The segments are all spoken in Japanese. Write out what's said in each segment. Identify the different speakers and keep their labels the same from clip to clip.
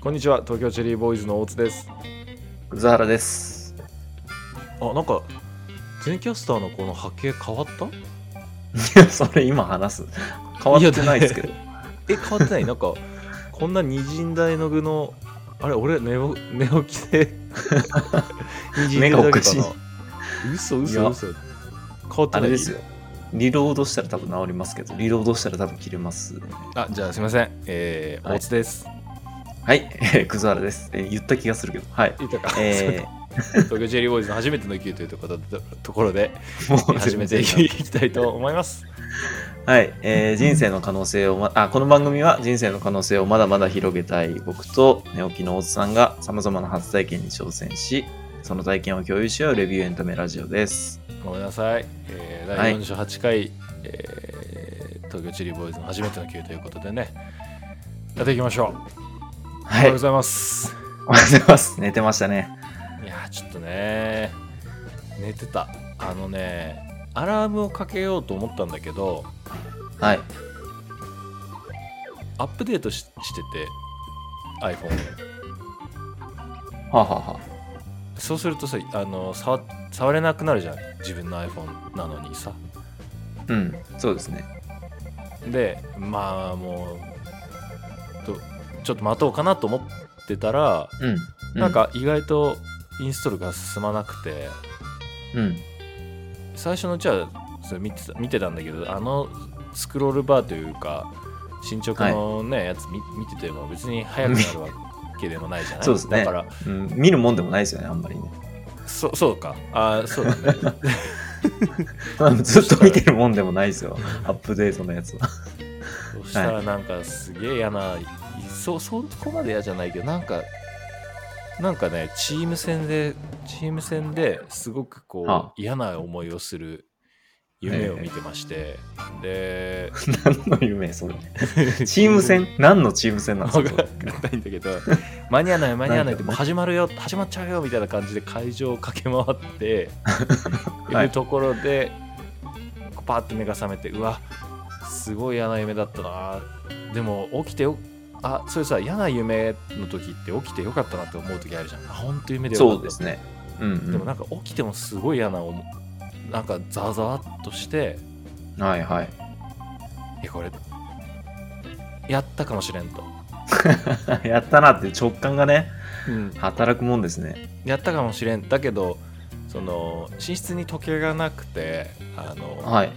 Speaker 1: こんにちは東京チェリーボーイズの大津です
Speaker 2: 宇津原です。
Speaker 1: あなんか全キャスターのこの波形変わった
Speaker 2: いや、それ今話す。変わってないですけど。
Speaker 1: え変わってないなんか こんな二人大の具のあれ俺寝ぼ寝起き で二人大だ
Speaker 2: 目がお
Speaker 1: け
Speaker 2: か
Speaker 1: か
Speaker 2: しい
Speaker 1: な嘘
Speaker 2: い
Speaker 1: 嘘
Speaker 2: や
Speaker 1: 嘘変わってな
Speaker 2: あれ
Speaker 1: い
Speaker 2: ですよ。リロードしたら多分治りますけど、リロードしたら多分切れます。
Speaker 1: あじゃあすいませんえー、
Speaker 2: はい
Speaker 1: 大津です、
Speaker 2: はい、 えー、くずはらです、えー言った気がするけど、はい。
Speaker 1: い、いか
Speaker 2: え
Speaker 1: 東京チェリーボーイズの初めての級というところでところで
Speaker 2: ー、もう
Speaker 1: 始め てい
Speaker 2: 全然
Speaker 1: きたいと思います
Speaker 2: はい、えー人生の可能性を、ま、あ、この番組は人生の可能性をまだまだ広げたい僕と寝起きの大津さんが様々な初体験に挑戦し、その体験を共有し合うレビューエンタメラジオです。
Speaker 1: ごめんなさい、えー、
Speaker 2: は
Speaker 1: 第
Speaker 2: い
Speaker 1: 48回、えー東京チェリーボーイズの初めての級ということでねやっていきましょう、おは
Speaker 2: は
Speaker 1: よ
Speaker 2: い、お
Speaker 1: う
Speaker 2: は
Speaker 1: ご
Speaker 2: よ
Speaker 1: ざいます
Speaker 2: うございます。 寝てましたね。
Speaker 1: いやーちょっとね寝てたあのねアラームをかけようと思ったんだけど
Speaker 2: はい。
Speaker 1: アップデートししてて iPhone で
Speaker 2: はあ、はあは
Speaker 1: そうするとさあの触触れなくなるじゃん自分の iPhone なのにさ
Speaker 2: あ、うん、そうですね。
Speaker 1: でまあもうとちょっと待とうかなと思ってたら
Speaker 2: うん。う
Speaker 1: なん、か意外とインストールが進まなくて
Speaker 2: うん。
Speaker 1: 最初のうちはそれ見てた見てたんだけどあのスクロールバーというか進捗の、ねやつ見見てても別に速くなるわけでもないじゃない
Speaker 2: そうですね
Speaker 1: だから
Speaker 2: うん、見るもんでもないですよね、あんまりね。
Speaker 1: そそうかあーそうだね
Speaker 2: ずっと見てるもんでもないですよ、アップデートのやつは。
Speaker 1: そしたらなんかすげえ嫌な、そそこまで嫌じゃないけどなんかなんかねチーム戦でチーム戦ですごくこう、
Speaker 2: はあ
Speaker 1: 嫌な思いをする夢を見てまして、で
Speaker 2: 何の夢、それ。チーム戦何のチーム戦なんです
Speaker 1: 分
Speaker 2: か
Speaker 1: かんないんだけど間に合わない間に合わないって
Speaker 2: な
Speaker 1: も
Speaker 2: んだろうね
Speaker 1: う始まるよ始まっちゃうよみたいな感じで会場を駆け回って、、
Speaker 2: はいいう
Speaker 1: ところでパーって目が覚めてうわすごい嫌な夢だったなでも起きてよあそれさ嫌な夢の時って起きてよかったなって思う時あるじゃんあ本当夢でよかった
Speaker 2: そうですね。うん、うん
Speaker 1: でもなんか起きてもすごい嫌な思いなんかざわざわっとして
Speaker 2: はいはい。
Speaker 1: えこれやったかもしれんと、
Speaker 2: やったなって直感がね、
Speaker 1: うん、
Speaker 2: 働くもんですね。
Speaker 1: やったかもしれんだけどその寝室に時計がなくてあの、
Speaker 2: はい。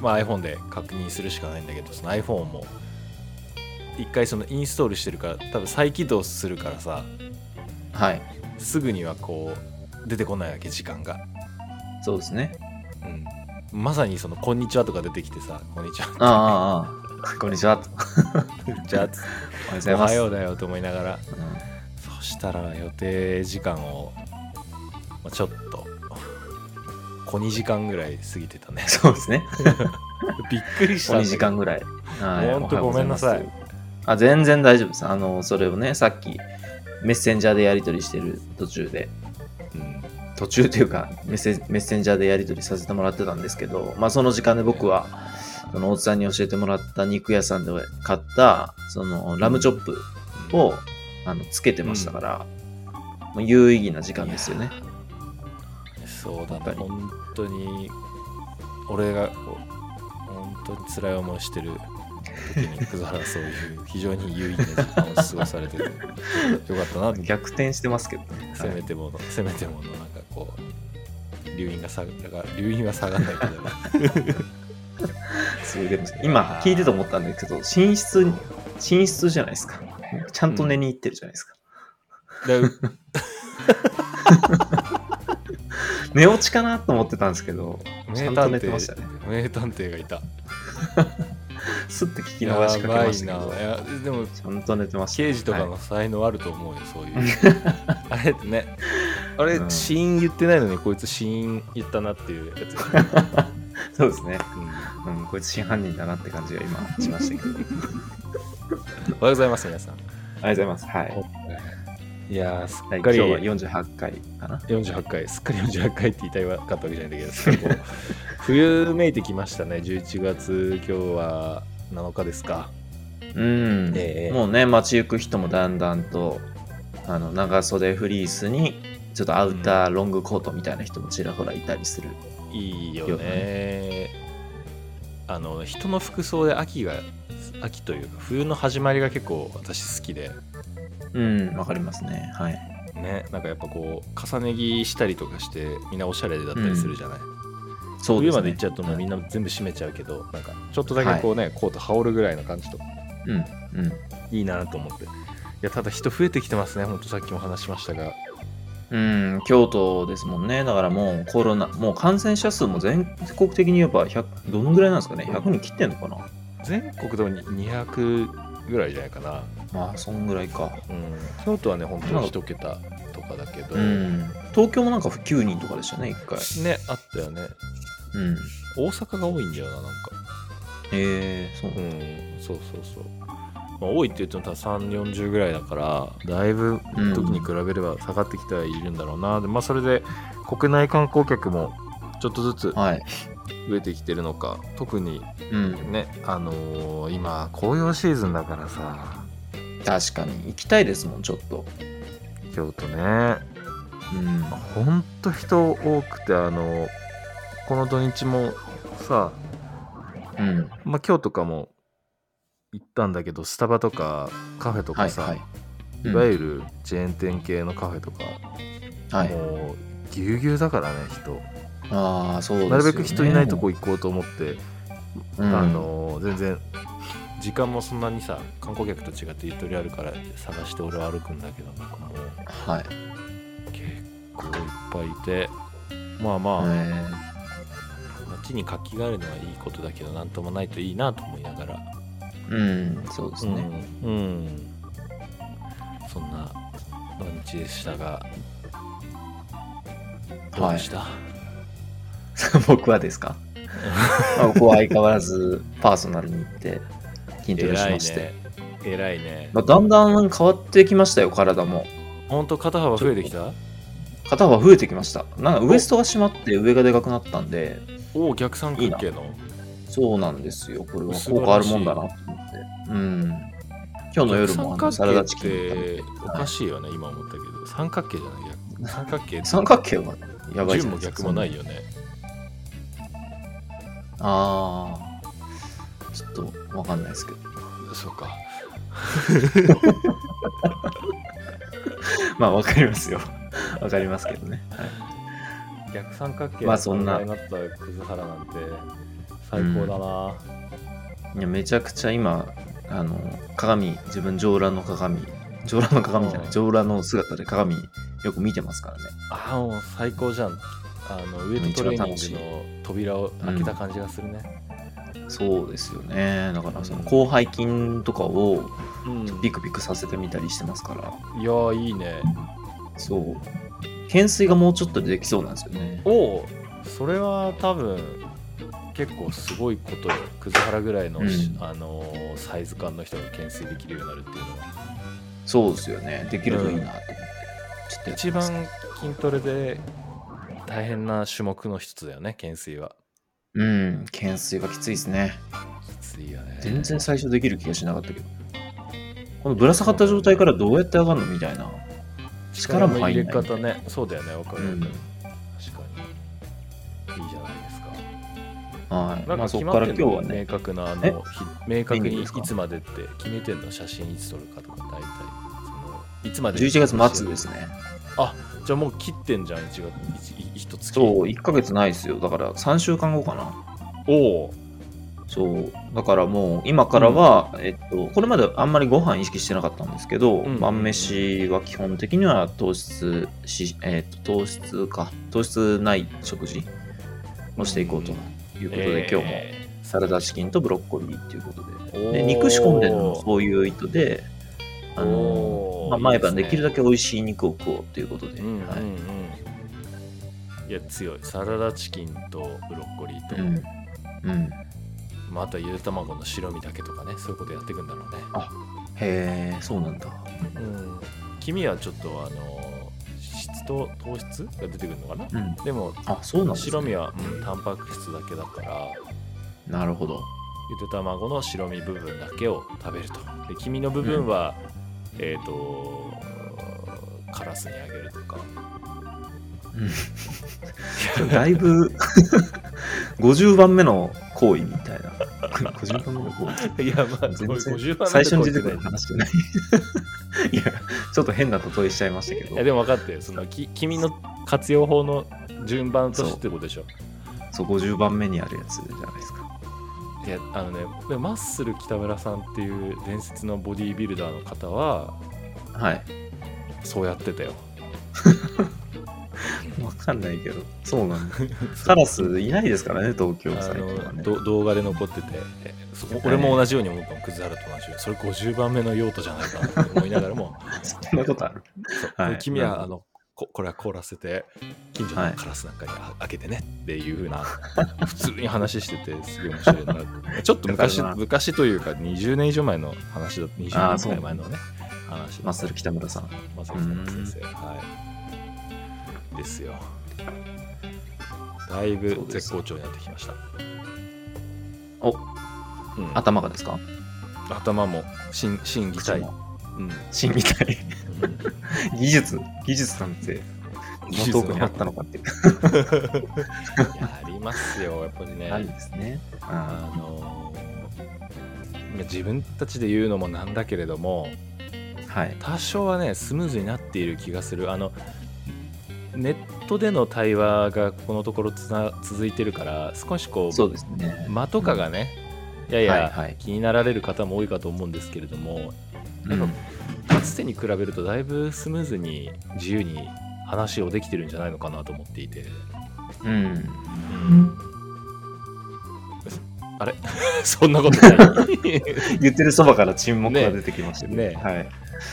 Speaker 1: まあ、iPhone で確認するしかないんだけどその iPhone も一回そのインストールしてるから多分再起動するからさ
Speaker 2: はい。
Speaker 1: すぐにはこう出てこないわけ時間が、
Speaker 2: そうですね。
Speaker 1: うん、まさにその「こんにちは」とか出てきてさ「こんに ちは」
Speaker 2: ああ、ああああ。こんにち は。
Speaker 1: じゃ
Speaker 2: おはよ
Speaker 1: あお
Speaker 2: うございま
Speaker 1: は
Speaker 2: す。
Speaker 1: ようだよと思いながら
Speaker 2: うん
Speaker 1: そしたら予定時間を、まあ、ちょっと小2時間ぐらい過ぎてた ね
Speaker 2: そうですね。
Speaker 1: びっくりしたん
Speaker 2: こ
Speaker 1: だけど
Speaker 2: 2時間ぐらい。はい。
Speaker 1: ほんとごめんなさい
Speaker 2: おはようござます。あ、全然大丈夫です。あの、それをね、さっき、メッセンジャーでやり取りしてる途中で、
Speaker 1: うん
Speaker 2: 途中というかメッセメッセンジャーでやり取りさせてもらってたんですけど、まあ、その時間で僕はその大津さんに教えてもらった肉屋さんで買ったそのラムチョップをあのつけてましたから、もう有意義な時間ですよね。
Speaker 1: そうだ
Speaker 2: やっぱ
Speaker 1: ね
Speaker 2: り
Speaker 1: 本当に俺がこう本当に辛い思いしてる時に葛原はそういう非常に有意義な時間を過ごされ ててよかったな
Speaker 2: 逆転してますけどね。
Speaker 1: せめてもの、せめてものなんかこう留飲が下が留飲は下がんない けど
Speaker 2: すごいです今聞いてと思ったんだけど寝室に寝室じゃないですか。ちゃんと寝に行ってるじゃないですか。
Speaker 1: だから
Speaker 2: 寝落ちかなと思ってたんですけど、ち
Speaker 1: 名
Speaker 2: ゃんと
Speaker 1: 探
Speaker 2: 寝てました
Speaker 1: 偵、
Speaker 2: ね。
Speaker 1: 名探偵がいた
Speaker 2: すって聞き逃しかけましたけ
Speaker 1: や
Speaker 2: ど
Speaker 1: ばい、ないやでも
Speaker 2: ちゃんと寝てましたね、
Speaker 1: 刑事とか
Speaker 2: はい
Speaker 1: の才能あると思うよ、そういう あれねあれ、
Speaker 2: うん
Speaker 1: 死因言ってないのにこいつ死因言ったなっていうや つ、
Speaker 2: そうですね。
Speaker 1: うん
Speaker 2: うん、こいつ真犯人だなって感じが今しました けど。ありがと
Speaker 1: おはようございます、皆さん。
Speaker 2: うございます。はい。
Speaker 1: いやー、す
Speaker 2: はい
Speaker 1: っか
Speaker 2: 今日
Speaker 1: り
Speaker 2: は48回かな。
Speaker 1: 48回、すっかり48回って言いたいかったわけじゃないんだけど、 すごいこう冬めいてきましたね、11月、今日は7日ですか。
Speaker 2: うん、
Speaker 1: ええ
Speaker 2: もうね街行く人もだんだんとあの長袖フリースにちょっとアウターロングコートみたいな人もちらほらいたりする、
Speaker 1: いいよ
Speaker 2: よ
Speaker 1: ね。あの人の服装で秋が秋というか冬の始まりが結構私好きで
Speaker 2: うん、わかりますね。はい。
Speaker 1: ねなんかやっぱこう重ね着したりとかしてみんなおしゃれだったりするじゃない、
Speaker 2: そう
Speaker 1: 冬
Speaker 2: です
Speaker 1: ま
Speaker 2: ね。
Speaker 1: で行っちゃうともうみんな全部閉めちゃうけどなんかちょっとだけこうね、コート羽織るぐらいの感じとか
Speaker 2: うん、うん。
Speaker 1: いいなと思っていやただ人増えてきてますねほんとさっきも話しましたが
Speaker 2: うん、京都ですもんね。だからもうコロナ、もう感染者数も全国的にやっぱ100、どのぐらいなんですかね ?100 人切ってんのかな
Speaker 1: 全国でも200ぐらいじゃないかな、
Speaker 2: まあ、そんぐらいか。
Speaker 1: うん、京都はね本当に1桁とかだけど、
Speaker 2: うん。東京もなんか9人とかでしたね、1回。
Speaker 1: ねあったよね
Speaker 2: うん。
Speaker 1: 大阪が多いんだよななんか
Speaker 2: へえそう
Speaker 1: う。んそうそうそう、まあ、多いって言ってもた3 4 0ぐらいだからだいぶ時に比べれば下がってきてはいるんだろうな、でまあそれで国内観光客もちょっとずつ
Speaker 2: はい。
Speaker 1: 増えてきてるのか特に
Speaker 2: うん。
Speaker 1: ねあのー今紅葉シーズンだからさ
Speaker 2: 確かに。行きたいですもん、ちょっと。
Speaker 1: 京都ね
Speaker 2: うん。
Speaker 1: ほんと人多くてあのこの土日もさ
Speaker 2: うん。
Speaker 1: まあ、今日とかも行ったんだけどスタバとかカフェと
Speaker 2: は
Speaker 1: か
Speaker 2: い、
Speaker 1: さ、
Speaker 2: はいい。うん
Speaker 1: わゆるチェーン店系のカフェとか、
Speaker 2: はい。
Speaker 1: もうぎゅうぎゅうだからね人
Speaker 2: ああ、そうですよね
Speaker 1: なるべく人いないとこ行こうと思って、
Speaker 2: うん
Speaker 1: あの全然時間もそんなにさ観光客と違ってゆとりあるから探して俺は歩くんだけどなんかもう
Speaker 2: はい。
Speaker 1: 結構いっぱいいてまあまあ、
Speaker 2: へ
Speaker 1: 街に活気があるのはいいことだけどなんともないといいなと思いながら
Speaker 2: えうん、そうですね。
Speaker 1: うん、うんそんな土日でしたがどうでした、
Speaker 2: 僕はで すかまあ僕は相変わらずパーソナルに行って筋トレし
Speaker 1: 偉い
Speaker 2: まして、
Speaker 1: ね偉いね
Speaker 2: まあ、だんだん変わってきましたよ体も
Speaker 1: 本当肩幅増えてきた
Speaker 2: 肩は増えてきましたなんかウエストが締まって上がでかくなったんで
Speaker 1: おお逆三角形の
Speaker 2: そうなんですよこれは
Speaker 1: 素
Speaker 2: 効
Speaker 1: 晴
Speaker 2: 果
Speaker 1: ら
Speaker 2: ある
Speaker 1: しい
Speaker 2: もんだなと思ってうん今日の夜もあの
Speaker 1: 逆
Speaker 2: サ
Speaker 1: 三角
Speaker 2: ラダ
Speaker 1: 形
Speaker 2: チ
Speaker 1: っ
Speaker 2: キン食べ
Speaker 1: ておかしいよね、今思ったけど三角形じゃない逆三角形って
Speaker 2: た三角形はやばいじ
Speaker 1: 順
Speaker 2: ゃな
Speaker 1: も
Speaker 2: いですか
Speaker 1: 逆もないよね
Speaker 2: ああちょっとわかんないですけど
Speaker 1: そうか
Speaker 2: まあわかりますよわかりますけどね、はい
Speaker 1: 逆三角形
Speaker 2: まあそんな
Speaker 1: になった葛原なんて最高だな、
Speaker 2: いやめちゃくちゃ今あの鏡自分上裸の鏡上裸の鏡じゃな
Speaker 1: う
Speaker 2: い
Speaker 1: ん
Speaker 2: 上裸の姿で鏡よく見てますからね
Speaker 1: ああもう最高じゃんあのウエイトトレーニングの扉を開けた感じがするね、
Speaker 2: そうですよねだからその
Speaker 1: うん
Speaker 2: 広背筋とかを
Speaker 1: うん
Speaker 2: ビクビクさせてみたりしてますから
Speaker 1: いやーいいね
Speaker 2: そう懸垂がもうちょっとでできそうなんですよね
Speaker 1: おおそれは多分結構すごいことよ葛原ぐらいの、
Speaker 2: うん
Speaker 1: あのーサイズ感の人が懸垂できるようになるっていうのは
Speaker 2: そうですよねできるといいなと思って、ちょっとやって
Speaker 1: 一
Speaker 2: みます
Speaker 1: 番筋トレで大変な種目の一つだよね懸垂は
Speaker 2: うん懸垂がきついですね
Speaker 1: きついよね
Speaker 2: 全然最初できる気がしなかったけどこのぶら下がった状態からどうやって上がるのみたいな力も入
Speaker 1: 入
Speaker 2: んな
Speaker 1: れ
Speaker 2: い
Speaker 1: 方ねそうだよねわかる、
Speaker 2: うん
Speaker 1: 確かにいいじゃないですか
Speaker 2: は
Speaker 1: な
Speaker 2: い
Speaker 1: ん
Speaker 2: ま
Speaker 1: か
Speaker 2: あ、
Speaker 1: 決
Speaker 2: そこ
Speaker 1: ま
Speaker 2: か
Speaker 1: っ
Speaker 2: ら
Speaker 1: てん
Speaker 2: 今日
Speaker 1: の
Speaker 2: はね
Speaker 1: 明確なあ
Speaker 2: え
Speaker 1: の日明確
Speaker 2: メニュー
Speaker 1: にい
Speaker 2: ですか
Speaker 1: つまでって決めてんの写真いつ撮るかとか大体そのいつまで
Speaker 2: 11月末ですね。
Speaker 1: あじゃあもう切ってんじゃん1月1月
Speaker 2: そう、1ヶ月ないですよ。だから3週間後かな。
Speaker 1: おお
Speaker 2: そう。だからもう今からは、えっと、これまであんまりご飯意識してなかったんですけど、
Speaker 1: うん
Speaker 2: 晩飯は基本的には糖質し、えっと、糖質か、糖質ない食事をしていこうということで、今日もサラダチキンとブロッコリーっていうことで。
Speaker 1: 今
Speaker 2: で肉仕込んでるのもそういう意図で、あの
Speaker 1: お、ー
Speaker 2: まあ、毎晩
Speaker 1: いい
Speaker 2: で
Speaker 1: ですね
Speaker 2: きるだけ美味しい肉を食おうということで。
Speaker 1: うんうんうん、
Speaker 2: はい
Speaker 1: い、や強いサラダチキンとブロッコリーと、
Speaker 2: うんうん
Speaker 1: またゆで卵の白身だけとかねそういうことやっていくんだろうね
Speaker 2: へえ、そうなんだ。
Speaker 1: うん君はちょっとあの質と糖質が出てくるのかな
Speaker 2: うん。
Speaker 1: でも
Speaker 2: あ、そうなんです、ね、
Speaker 1: 白身は、うん、タンパク質だけだから
Speaker 2: なるほど。
Speaker 1: ゆで卵の白身部分だけを食べるとで黄身の部分は、えっ、とカラスにあげるとか
Speaker 2: だいぶ 50番目の行為みたいな 50番目の行為
Speaker 1: いやまあ
Speaker 2: 全
Speaker 1: こういう50
Speaker 2: 然
Speaker 1: 番
Speaker 2: 最初に出て
Speaker 1: 目
Speaker 2: く
Speaker 1: と
Speaker 2: る
Speaker 1: か言ってない
Speaker 2: 話じゃない いやちょっと変な例えしちゃいましたけ
Speaker 1: い
Speaker 2: ど
Speaker 1: やでも分かってるそのき君の活用法の順番としてってことでしょ
Speaker 2: そう50番目にあるやつじゃないですか
Speaker 1: いやあのねでもマッスル北村さんっていう伝説のボディービルダーの方は
Speaker 2: はい
Speaker 1: そうやってたよ
Speaker 2: わかんないけどそうなんだ カラスいないですからね東京
Speaker 1: あ
Speaker 2: 最近は
Speaker 1: の
Speaker 2: ね
Speaker 1: ど動画で残っててえそ俺も同じように思ったの葛原と同じようにそれ50番目の用途じゃないかなって思いながらも
Speaker 2: そんなことある
Speaker 1: そう
Speaker 2: はい
Speaker 1: 君
Speaker 2: なる
Speaker 1: は
Speaker 2: ほ
Speaker 1: あのここれは凍らせて近所のカラスなんかにあ開けてねっていうふうな 普通に話しててすごい面白いなちょっと昔
Speaker 2: だからな
Speaker 1: 昔というか20年以上前の話だ
Speaker 2: あ
Speaker 1: 20
Speaker 2: ー
Speaker 1: 年
Speaker 2: そ
Speaker 1: く
Speaker 2: う
Speaker 1: らい前のね話
Speaker 2: マッサル北村さん
Speaker 1: まさきさん先生。はい。ですよ。だいぶ絶好調になってきました。
Speaker 2: お
Speaker 1: うん、
Speaker 2: 頭がですか
Speaker 1: 頭も心心技体。
Speaker 2: 口
Speaker 1: う
Speaker 2: も
Speaker 1: ん。
Speaker 2: 芯みたい技術技術なんて もう遠くにあったのかっていう
Speaker 1: やりますよ、やっぱり
Speaker 2: ない
Speaker 1: ね。
Speaker 2: ですね
Speaker 1: あのー自分たちで言うのもなんだけれども、
Speaker 2: うんはい
Speaker 1: 多少はねスムーズになっている気がするあのネットでの対話がここのところつな続いてるから少しこう
Speaker 2: そうですね
Speaker 1: 間とかがね、や
Speaker 2: はい
Speaker 1: や
Speaker 2: はい
Speaker 1: 気になられる方も多いかと思うんですけれども、
Speaker 2: うん
Speaker 1: かつてに比べるとだいぶスムーズに自由に話をできてるんじゃないのかなと思っていて、
Speaker 2: うん
Speaker 1: あれ そんなことない
Speaker 2: 言ってるそばから沈黙が出てきましたけど
Speaker 1: ね
Speaker 2: はい、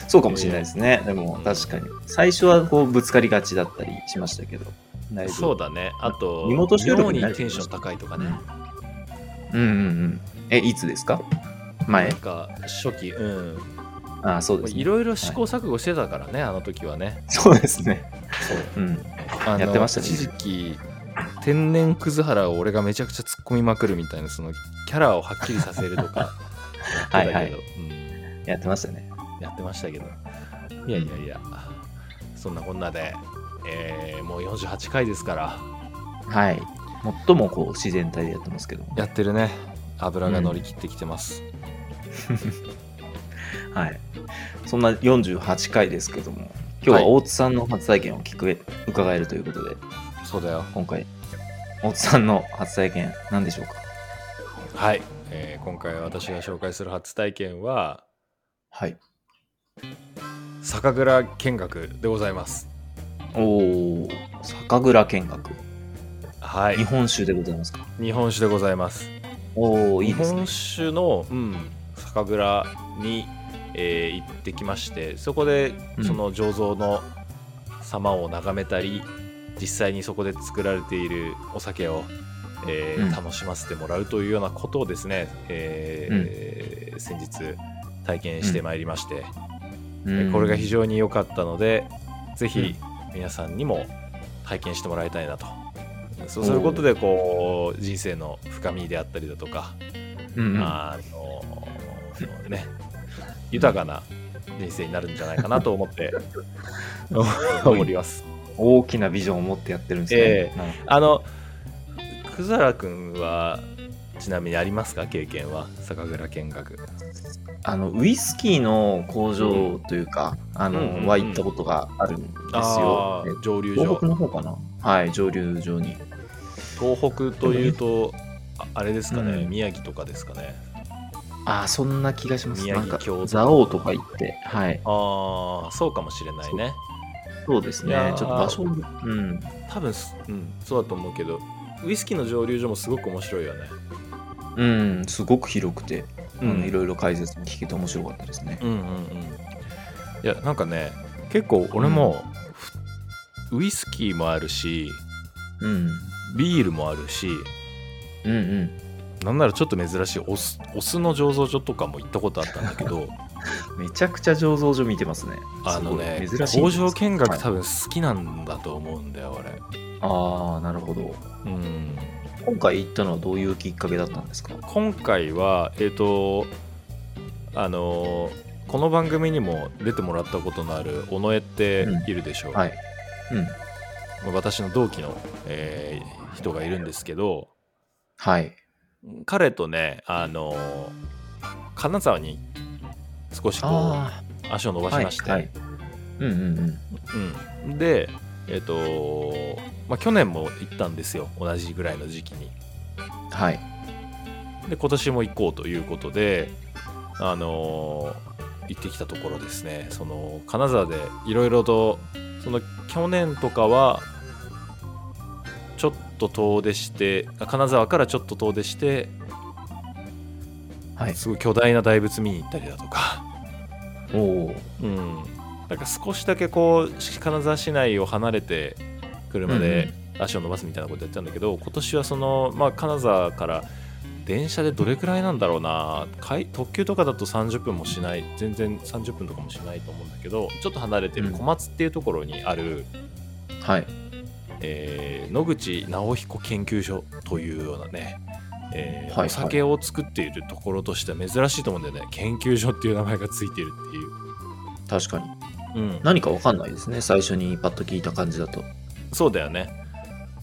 Speaker 2: そうかもしれないですね、でも確かに最初はこうぶつかりがちだったりしましたけどだいぶ
Speaker 1: そうだねあと
Speaker 2: リモート収録
Speaker 1: 妙
Speaker 2: に
Speaker 1: に
Speaker 2: なる
Speaker 1: テンション高いとかね、
Speaker 2: うんうんうんえいつですか前
Speaker 1: なんか初期うん
Speaker 2: ああそうです
Speaker 1: い
Speaker 2: ね
Speaker 1: ろいろ試行錯誤してたからね、あの時はね
Speaker 2: そうですね うん
Speaker 1: あの
Speaker 2: やってましたね
Speaker 1: 一時期天然葛原を俺がめちゃくちゃ突っ込みまくるみたいなそのキャラをはっきりさせると かやってたけど
Speaker 2: はいはい
Speaker 1: うん
Speaker 2: やってましたね
Speaker 1: やってましたけどいやいやいやそんなこんなで、えーもう48回ですから
Speaker 2: はい最もこう自然体でやってますけど
Speaker 1: やってるね油が乗り切ってきてます、
Speaker 2: はいそんな48回ですけども今日は大津さんの初体験を聞く、伺えるということで
Speaker 1: そうだよ
Speaker 2: 今回大津さんの初体験何でしょうか
Speaker 1: はい、えー今回私が紹介する初体験は
Speaker 2: はい
Speaker 1: 酒蔵見学でございます
Speaker 2: おお酒蔵見学
Speaker 1: はい
Speaker 2: 日本酒でございますか
Speaker 1: 日本酒でございます
Speaker 2: おおい
Speaker 1: 日
Speaker 2: いですね
Speaker 1: 本酒の、うん、酒蔵に、えー行ってきましてそこで
Speaker 2: うん
Speaker 1: その醸造の様を眺めたり、実際にそこで作られているお酒を、えー
Speaker 2: うん
Speaker 1: 楽しませてもらうというようなことをですね、えー先日体験してまいりまして、えーこれが非常に良かったのでぜひ皆さんにも体験してもらいたいなと。そうすることでこう人生の深みであったりだとか、
Speaker 2: うんうん
Speaker 1: あのね豊かな人生になるんじゃないかなと思って 思ります。
Speaker 2: 大きなビジョンを持ってやってるんです
Speaker 1: え
Speaker 2: ね、
Speaker 1: えあのくざらくんはちなみにありますか経験は酒蔵見学。
Speaker 2: あのウイスキーの工場というか、あの、
Speaker 1: うんうんうん
Speaker 2: は行ったことがあるんです
Speaker 1: あ
Speaker 2: よ
Speaker 1: ー
Speaker 2: え
Speaker 1: 蒸留
Speaker 2: 東
Speaker 1: 所
Speaker 2: 北の方かなはい上流上に
Speaker 1: 東北というとああれですかね、
Speaker 2: うん
Speaker 1: 宮城とかですかね。
Speaker 2: ああそんな気がします
Speaker 1: 宮
Speaker 2: な
Speaker 1: 城
Speaker 2: んか
Speaker 1: 京都
Speaker 2: 蔵王とか行ってはい
Speaker 1: ああそうかもしれないね。
Speaker 2: そうです
Speaker 1: いや
Speaker 2: ね
Speaker 1: ー
Speaker 2: ちょっと場所うん
Speaker 1: 多分す、うん、そうだと思うけどウイスキーの蒸留所もすごく面白いよね。
Speaker 2: うんすごく広くて、あ
Speaker 1: うん
Speaker 2: のいろいろ解説も聞けて面白かったですね
Speaker 1: うんうんうんいやなんかね結構俺も、ウイスキーもあるし
Speaker 2: うん
Speaker 1: ビールもあるし
Speaker 2: うんうん
Speaker 1: なんならちょっと珍しいお酢お酢の醸造所とかも行ったことあったんだけ ど
Speaker 2: めちゃくちゃ醸造所見てますね
Speaker 1: あのね
Speaker 2: すごい珍しい
Speaker 1: 工場見
Speaker 2: は
Speaker 1: 学
Speaker 2: い
Speaker 1: 多分好きなんだと思うんだよ俺
Speaker 2: ああなるほど
Speaker 1: うん
Speaker 2: 今回行ったのはどういうきっかけだったんですか
Speaker 1: 今回はえっ、とあのーこの番組にも出てもらったことのある尾上っているでしょう、
Speaker 2: はい。うん。
Speaker 1: まあ私の同期の、えー人がいるんですけど
Speaker 2: はい。
Speaker 1: 彼とねあのー金沢に少しこう
Speaker 2: あ
Speaker 1: 足を伸ば
Speaker 2: あ
Speaker 1: し
Speaker 2: はい。
Speaker 1: まして、
Speaker 2: はい。うんうんうん。
Speaker 1: うん、でえっ、とまあ去年も行ったんですよ同じぐらいの時期に
Speaker 2: はい。
Speaker 1: で今年も行こうということであのー行ってきたところですねその金沢でいろいろとその去年とかはちょっと遠出してあ金沢からちょっと遠出して
Speaker 2: はい。
Speaker 1: すごい巨大な大仏見に行ったりだとか、
Speaker 2: おお。
Speaker 1: うん、なんか少しだけこうし金沢市内を離れて車で足を伸ばすみたいなことやってたんだけど、今年はその、まあ、金沢から電車でどれくらいなんだろうなかい特急とかだと30分もしない全然30分とかもしないと思うんだけどちょっと離れてる
Speaker 2: うん
Speaker 1: 小松っていうところにある、
Speaker 2: はい。
Speaker 1: えー野口直彦研究所というようなね、えー
Speaker 2: はいはい
Speaker 1: お酒を作っているところとしては珍しいと思うんだよね研究所っていう名前がついているっていう。
Speaker 2: 確かに。
Speaker 1: うん、
Speaker 2: 何かわかんないですね。最初にパッと聞いた感じだと。
Speaker 1: そうだよね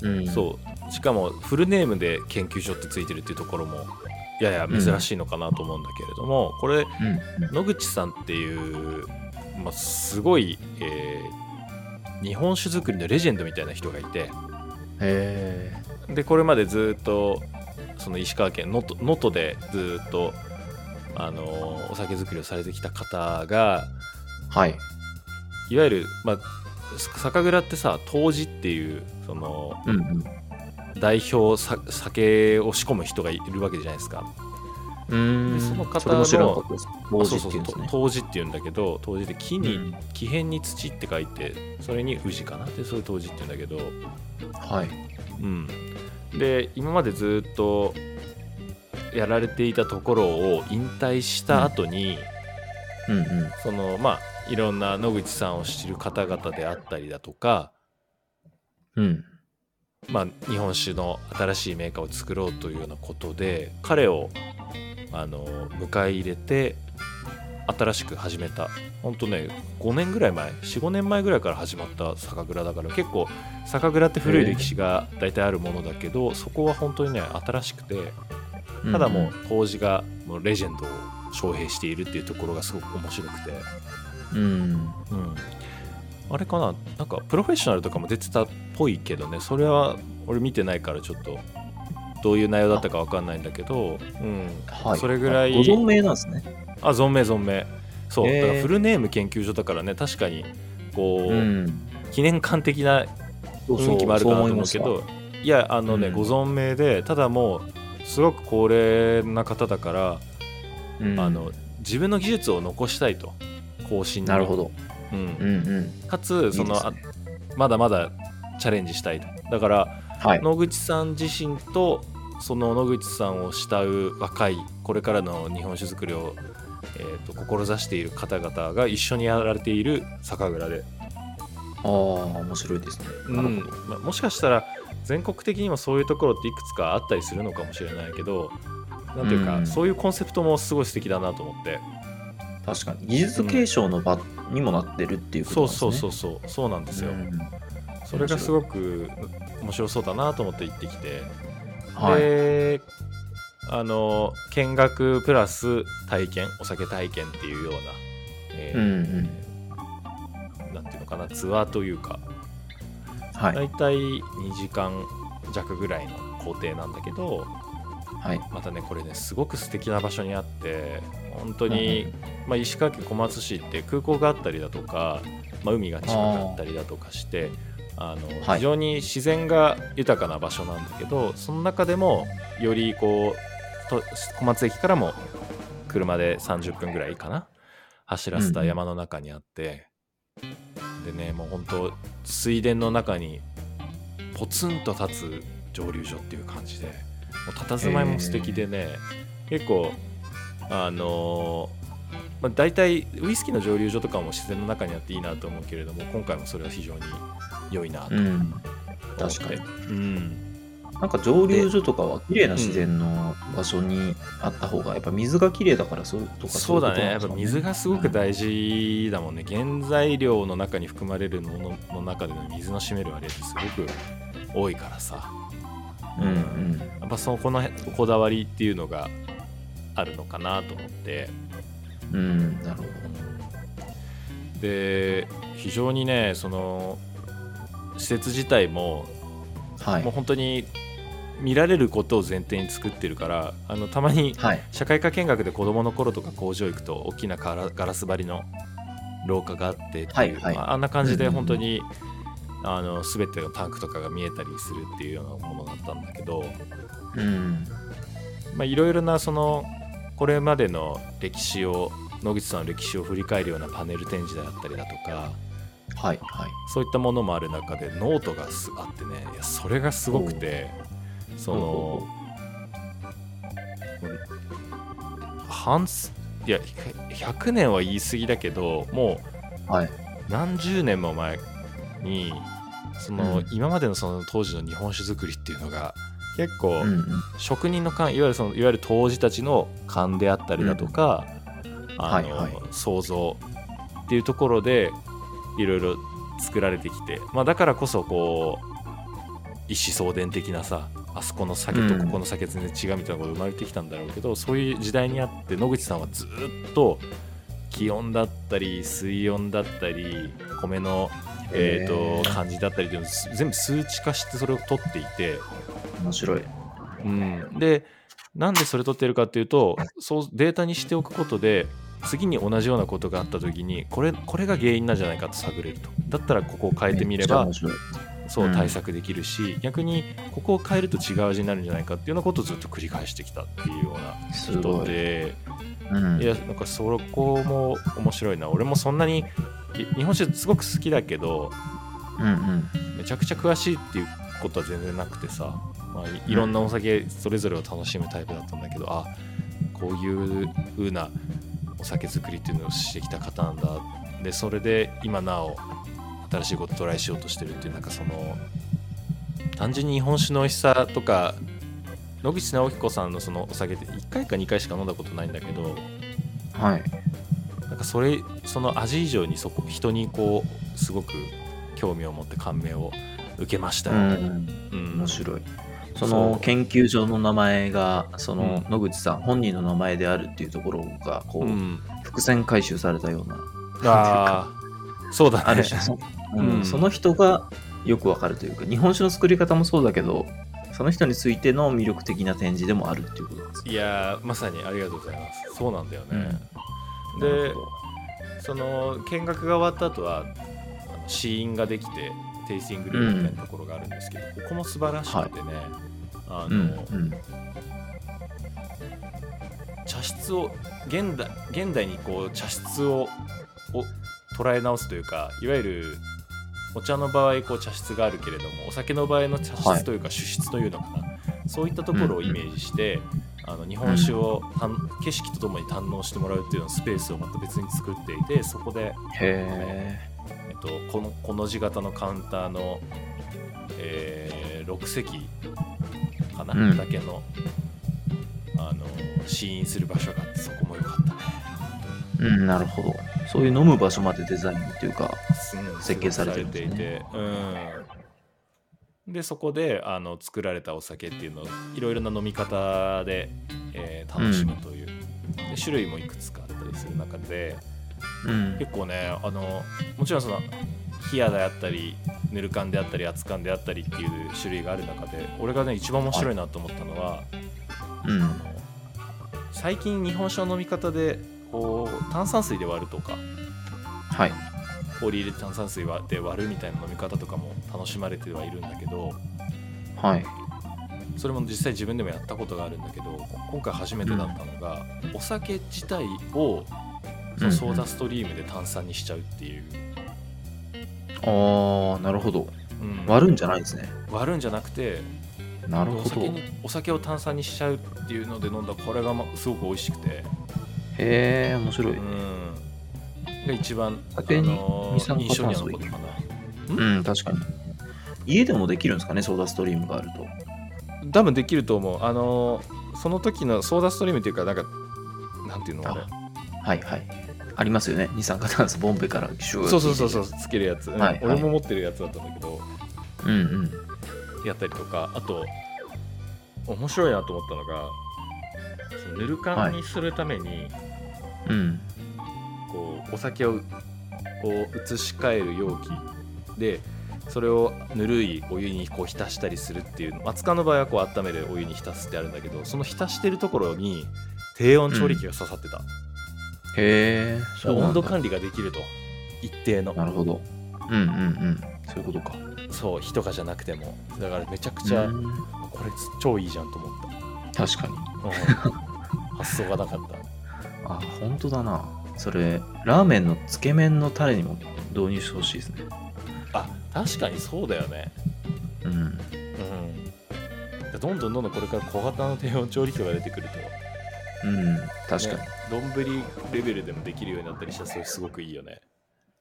Speaker 2: うん。
Speaker 1: そうしかもフルネームで研究所ってついてるっていうところもやや珍しいのかなと思うんだけれども、これ
Speaker 2: うん。
Speaker 1: 野口さんっていう、まあ、すごい、えー日本酒造りのレジェンドみたいな人がいて
Speaker 2: へ
Speaker 1: でこれまでずっとその石川県能登能登でずっとあのーお酒造りをされてきた方が
Speaker 2: ーはい。
Speaker 1: いわゆる、まあ、酒蔵ってさ杜氏っていうその
Speaker 2: うんうん。
Speaker 1: 代表さ酒を仕込む人がいるわけじゃないですか。
Speaker 2: うーん。
Speaker 1: でその方の
Speaker 2: それも知らなかったです。当時
Speaker 1: あ
Speaker 2: って
Speaker 1: そうそううん
Speaker 2: いです
Speaker 1: そう
Speaker 2: ね。
Speaker 1: 当時っていうんだけど当時で木に、
Speaker 2: うん
Speaker 1: 木片に土って書いてそれに宇治かなでそれ当時っていうんだけど、
Speaker 2: はい。
Speaker 1: うん、で今までずっとやられていたところを引退した後に、
Speaker 2: うんうん。
Speaker 1: そのまあいろんな野口さんを知る方々であったりだとか、
Speaker 2: うん。
Speaker 1: まあ、日本酒の新しいメーカーを作ろうというようなことで彼をあの迎え入れて新しく始めた本当ね5年ぐらい前45年前ぐらいから始まった酒蔵だから結構酒蔵って古い歴史が大体あるものだけど、そこは本当にね新しくてただもう当時がもうレジェンドを招聘しているっていうところがすごく面白くて、
Speaker 2: うん。うん。
Speaker 1: うん、あれかななんかプロフェッショナルとかも出てたっぽいけどねそれは俺見てないからちょっとどういう内容だったかわかんないんだけど、うん、
Speaker 2: はい。
Speaker 1: それぐらい
Speaker 2: ご存命なんですね。
Speaker 1: あ存命存命そう、
Speaker 2: へー
Speaker 1: だからフルネーム研究所だからね確かにこう、
Speaker 2: ん。
Speaker 1: 記念館的な
Speaker 2: そうそ
Speaker 1: 雰
Speaker 2: う
Speaker 1: 囲気もあるかなと
Speaker 2: そう
Speaker 1: 思
Speaker 2: ま
Speaker 1: う
Speaker 2: した
Speaker 1: けどいやあのね、
Speaker 2: うん
Speaker 1: ご存命でただもうすごく高齢な方だから、
Speaker 2: うん
Speaker 1: あの自分の技術を残したいと更新の
Speaker 2: なるほ、ど。
Speaker 1: うん
Speaker 2: うんうん。
Speaker 1: かつその
Speaker 2: いいです
Speaker 1: あ
Speaker 2: ね
Speaker 1: まだまだチャレンジしたいとだから
Speaker 2: はい。
Speaker 1: 野口さん自身とその野口さんを慕う若いこれからの日本酒造りを、えー、と志している方々が一緒にやられている酒蔵で、
Speaker 2: ああ、面白いですね。
Speaker 1: う
Speaker 2: なる
Speaker 1: んまあ、もしかしたら全国的にもそういうところっていくつかあったりするのかもしれないけどなんていうか、
Speaker 2: うん
Speaker 1: そういうコンセプトもすごい素敵だなと思って
Speaker 2: ほど確かに。技術継承の場にもなってるっていうこと
Speaker 1: そ
Speaker 2: なん
Speaker 1: う
Speaker 2: です
Speaker 1: そ
Speaker 2: ね。
Speaker 1: うそううそうそうなんですよ、
Speaker 2: ん
Speaker 1: それがすごく面白そうだなと思って行ってきて
Speaker 2: はい。
Speaker 1: であの見学プラス体験お酒体験っていうような、え
Speaker 2: うんうん。
Speaker 1: ーなんていうのかなツアーというか
Speaker 2: はい。
Speaker 1: 大体2時間弱ぐらいの工程なんだけど
Speaker 2: はい。
Speaker 1: またねこれねすごく素敵な場所にあって本当に、まあ、石川県小松市って空港があったりだとか、まあ、海が近かったりだとかしてあの
Speaker 2: はい
Speaker 1: 非常に自然が豊かな場所なんだけどその中でもよりこうと小松駅からも車で30分ぐらいかな走らせた山の中にあって、でねもう本当水田の中にポツンと立つ蒸留所っていう感じでもう佇まいも素敵でね、結構あのーまあ、大体ウイスキーの蒸留所とかも自然の中にあっていいなと思うけれども今回もそれは非常に良いなと
Speaker 2: うん。
Speaker 1: 思って
Speaker 2: 確かに
Speaker 1: うん
Speaker 2: なんか蒸留所とかは綺麗な自然の場所にあった方が、やっぱ水が綺麗だからそうとか
Speaker 1: そうだねやっぱ水
Speaker 2: が
Speaker 1: がすごく大事だもんね原材料の中に含まれるものの中での水の占める割合ってすごく多いからさ
Speaker 2: うんうん
Speaker 1: やっぱそのこの辺こだわりっていうのがあるのかなと思って
Speaker 2: うんなるほど
Speaker 1: で非常にねその施設自体も
Speaker 2: は
Speaker 1: もう
Speaker 2: い
Speaker 1: 本当に見られることを前提に作ってるからあのたまに
Speaker 2: はい
Speaker 1: 社会科見学で子供の頃とか工場行くと大きなガラガラス張りの廊下があってっていう、
Speaker 2: はいはい
Speaker 1: まあ、あんな感じで
Speaker 2: うんうんうん
Speaker 1: 本当に、あの全てのタンクとかが見えたりするっていうようなものだったんだけど
Speaker 2: うん
Speaker 1: まあいろいろなそのこれまでの歴史を野口さんの歴史を振り返るようなパネル展示であったりだとか
Speaker 2: はいはい
Speaker 1: そういったものもある中でノートがすあってねいやそれがすごくてその半すいや100年は言い過ぎだけども
Speaker 2: はいう
Speaker 1: 何十年も前にその、
Speaker 2: うん
Speaker 1: 今までのその当時の日本酒作りっていうのが結構、
Speaker 2: うんうん
Speaker 1: 職人の勘いわゆるそのいわゆる当時たちの勘であったりだとか、あの
Speaker 2: はいはい
Speaker 1: 想像っていうところでいろいろ作られてきて、まあ、だからこそこう一子相伝的なさあそこの酒と
Speaker 2: うん
Speaker 1: ここの酒全然違うみたいなことが生まれてきたんだろうけど、そういう時代にあって野口さんはずっと気温だったり水温だったり米の、えー、と
Speaker 2: へー
Speaker 1: 感じだったりっていうのを全部数値化してそれを取っていて。
Speaker 2: 面白い
Speaker 1: うん、でなんでそれ取ってるかっていうとそうデータにしておくことで次に同じようなことがあった時にこれこれが原因なんじゃないかと探れるとだったらここを変えてみれば
Speaker 2: めっちゃ面白い
Speaker 1: そううん対策できるし、逆にここを変えると違う味になるんじゃないかっていうようなことをずっと繰り返してきたっていうような
Speaker 2: す
Speaker 1: 人
Speaker 2: ごい
Speaker 1: で
Speaker 2: うん
Speaker 1: いやなんかそこも面白いな俺もそんなにい日本酒すごく好きだけど
Speaker 2: うんうん
Speaker 1: めちゃくちゃ詳しいっていうことは全然なくてさ、まあ、いいろんなお酒それぞれを楽しむタイプだったんだけど、あこういう風なお酒作りっていうのをしてきた方なんだでそれで今なお新しいことトライしようとしてるっていうなんかその単純に日本酒の美味しさとか野口直彦さんのそのお酒って1回か2回しか飲んだことないんだけど
Speaker 2: はい
Speaker 1: なんかそれその味以上にそこ人にこうすごく興味を持って感銘を受けました
Speaker 2: う
Speaker 1: よ、
Speaker 2: ん
Speaker 1: うん
Speaker 2: 面白い
Speaker 1: そ
Speaker 2: そうの研究所の名前がその
Speaker 1: う
Speaker 2: 野口さん本人の名前であるっていうところがこ
Speaker 1: う、
Speaker 2: うん伏線回収されたような
Speaker 1: ああそうだね
Speaker 2: ある種 そ,、うん
Speaker 1: うん
Speaker 2: その人がよくわかるというか日本酒の作り方もそうだけどその人についての魅力的な展示でもあるっていうことなんですね
Speaker 1: いやーまさにありがとうございますそうなんだよね、
Speaker 2: なる
Speaker 1: でその見学が終わった後はあの試飲ができてテイスティングルームみたいなところがあるんですけど、ここも素晴らしくてね、あ
Speaker 2: ほどう
Speaker 1: の
Speaker 2: んうん
Speaker 1: 茶室を現代現代にこう茶室をを捉え直すというかいわゆるお茶の場合こう茶室があるけれどもお酒の場合の茶
Speaker 2: は
Speaker 1: 室
Speaker 2: い
Speaker 1: というか主室というのかな、そういったところをイメージして、あの日本酒を堪景色とともに堪能してもらうっていうようなスペースをまた別に作っていてそこで、
Speaker 2: へ
Speaker 1: えっと、このこの字型のカウンターの、え6席かな、
Speaker 2: うん
Speaker 1: だけのあの試飲する場所があってそこも良かったね。
Speaker 2: えうんなるほどそういう飲む場所までデザインっていうか
Speaker 1: うん
Speaker 2: 設計されてる
Speaker 1: すご
Speaker 2: んです
Speaker 1: く
Speaker 2: ね
Speaker 1: されていて、うん、でそこであの作られたお酒っていうのをいろいろな飲み方で、えー楽しむという、で種類もいくつかあったりする中で
Speaker 2: うん
Speaker 1: 結構ねあのもちろんその冷やであったりぬる缶であったり熱缶であったりっていう種類がある中で俺がね一番面白いなと思ったのは、
Speaker 2: うん
Speaker 1: 最近日本酒の飲み方でこう炭酸水で割るとか
Speaker 2: はい
Speaker 1: 氷入れて炭酸水で割るみたいな飲み方とかも楽しまれてはいるんだけど
Speaker 2: はい
Speaker 1: それも実際自分でもやったことがあるんだけど今回初めてだったのが、お酒自体をそのソーダストリームで炭酸にしちゃうっていう、
Speaker 2: ああなるほど
Speaker 1: うん
Speaker 2: 割るんじゃないですね
Speaker 1: 割るんじゃなくて
Speaker 2: なる
Speaker 1: お
Speaker 2: ほど
Speaker 1: 酒
Speaker 2: へ
Speaker 1: にお酒を炭酸にしちゃうっていうので飲んだこれがまあすごく美味しくて、
Speaker 2: え面白い
Speaker 1: うん、が一番
Speaker 2: 酒に
Speaker 1: あの
Speaker 2: 二酸化
Speaker 1: 印象に
Speaker 2: 炭
Speaker 1: は
Speaker 2: 素
Speaker 1: 残ったかな。
Speaker 2: うん、確かに。家でもできるんですかね、ソーダストリームがあると。
Speaker 1: 多分できると思う。あのーその時のソーダストリームっていうか、なんか、なんていうのあれ
Speaker 2: はいはい。ありますよね。二酸化炭素ボンベからシュー
Speaker 1: そうそうそうそう、つけるやつ、うん
Speaker 2: はいはい
Speaker 1: 俺も持ってるやつだったんだけど、
Speaker 2: う。うんうん。
Speaker 1: やったりとか、あと、面白いなと思ったのが、そのぬる
Speaker 2: は
Speaker 1: 感
Speaker 2: い
Speaker 1: にするために、
Speaker 2: うん。
Speaker 1: こうお酒をこう移し替える容器でそれをぬるいお湯にこう浸したりするっていう松川の場合はこう温めるお湯に浸すってあるんだけどその浸してるところに低温調理器が刺さってた、
Speaker 2: へえ。そうな
Speaker 1: 温
Speaker 2: んだ
Speaker 1: 度管理ができると一定の
Speaker 2: なるほど。うんうんうん。そういうことか。
Speaker 1: そう火とかじゃなくてもだからめちゃくちゃ、
Speaker 2: うん
Speaker 1: これ超いいじゃんと思っ
Speaker 2: 確かに。
Speaker 1: た、うん 発想がなかった
Speaker 2: あ、本当だな。それ、ラーメンのつけ麺のタレにも導入してほしいですね。
Speaker 1: あ確かにそうだよね
Speaker 2: うん。
Speaker 1: うんどんどんどんどんこれから小型の低温調理器が出てくると
Speaker 2: うん。確かに。
Speaker 1: ね丼レベルでもできるようになったりしたらそれすごくいいよね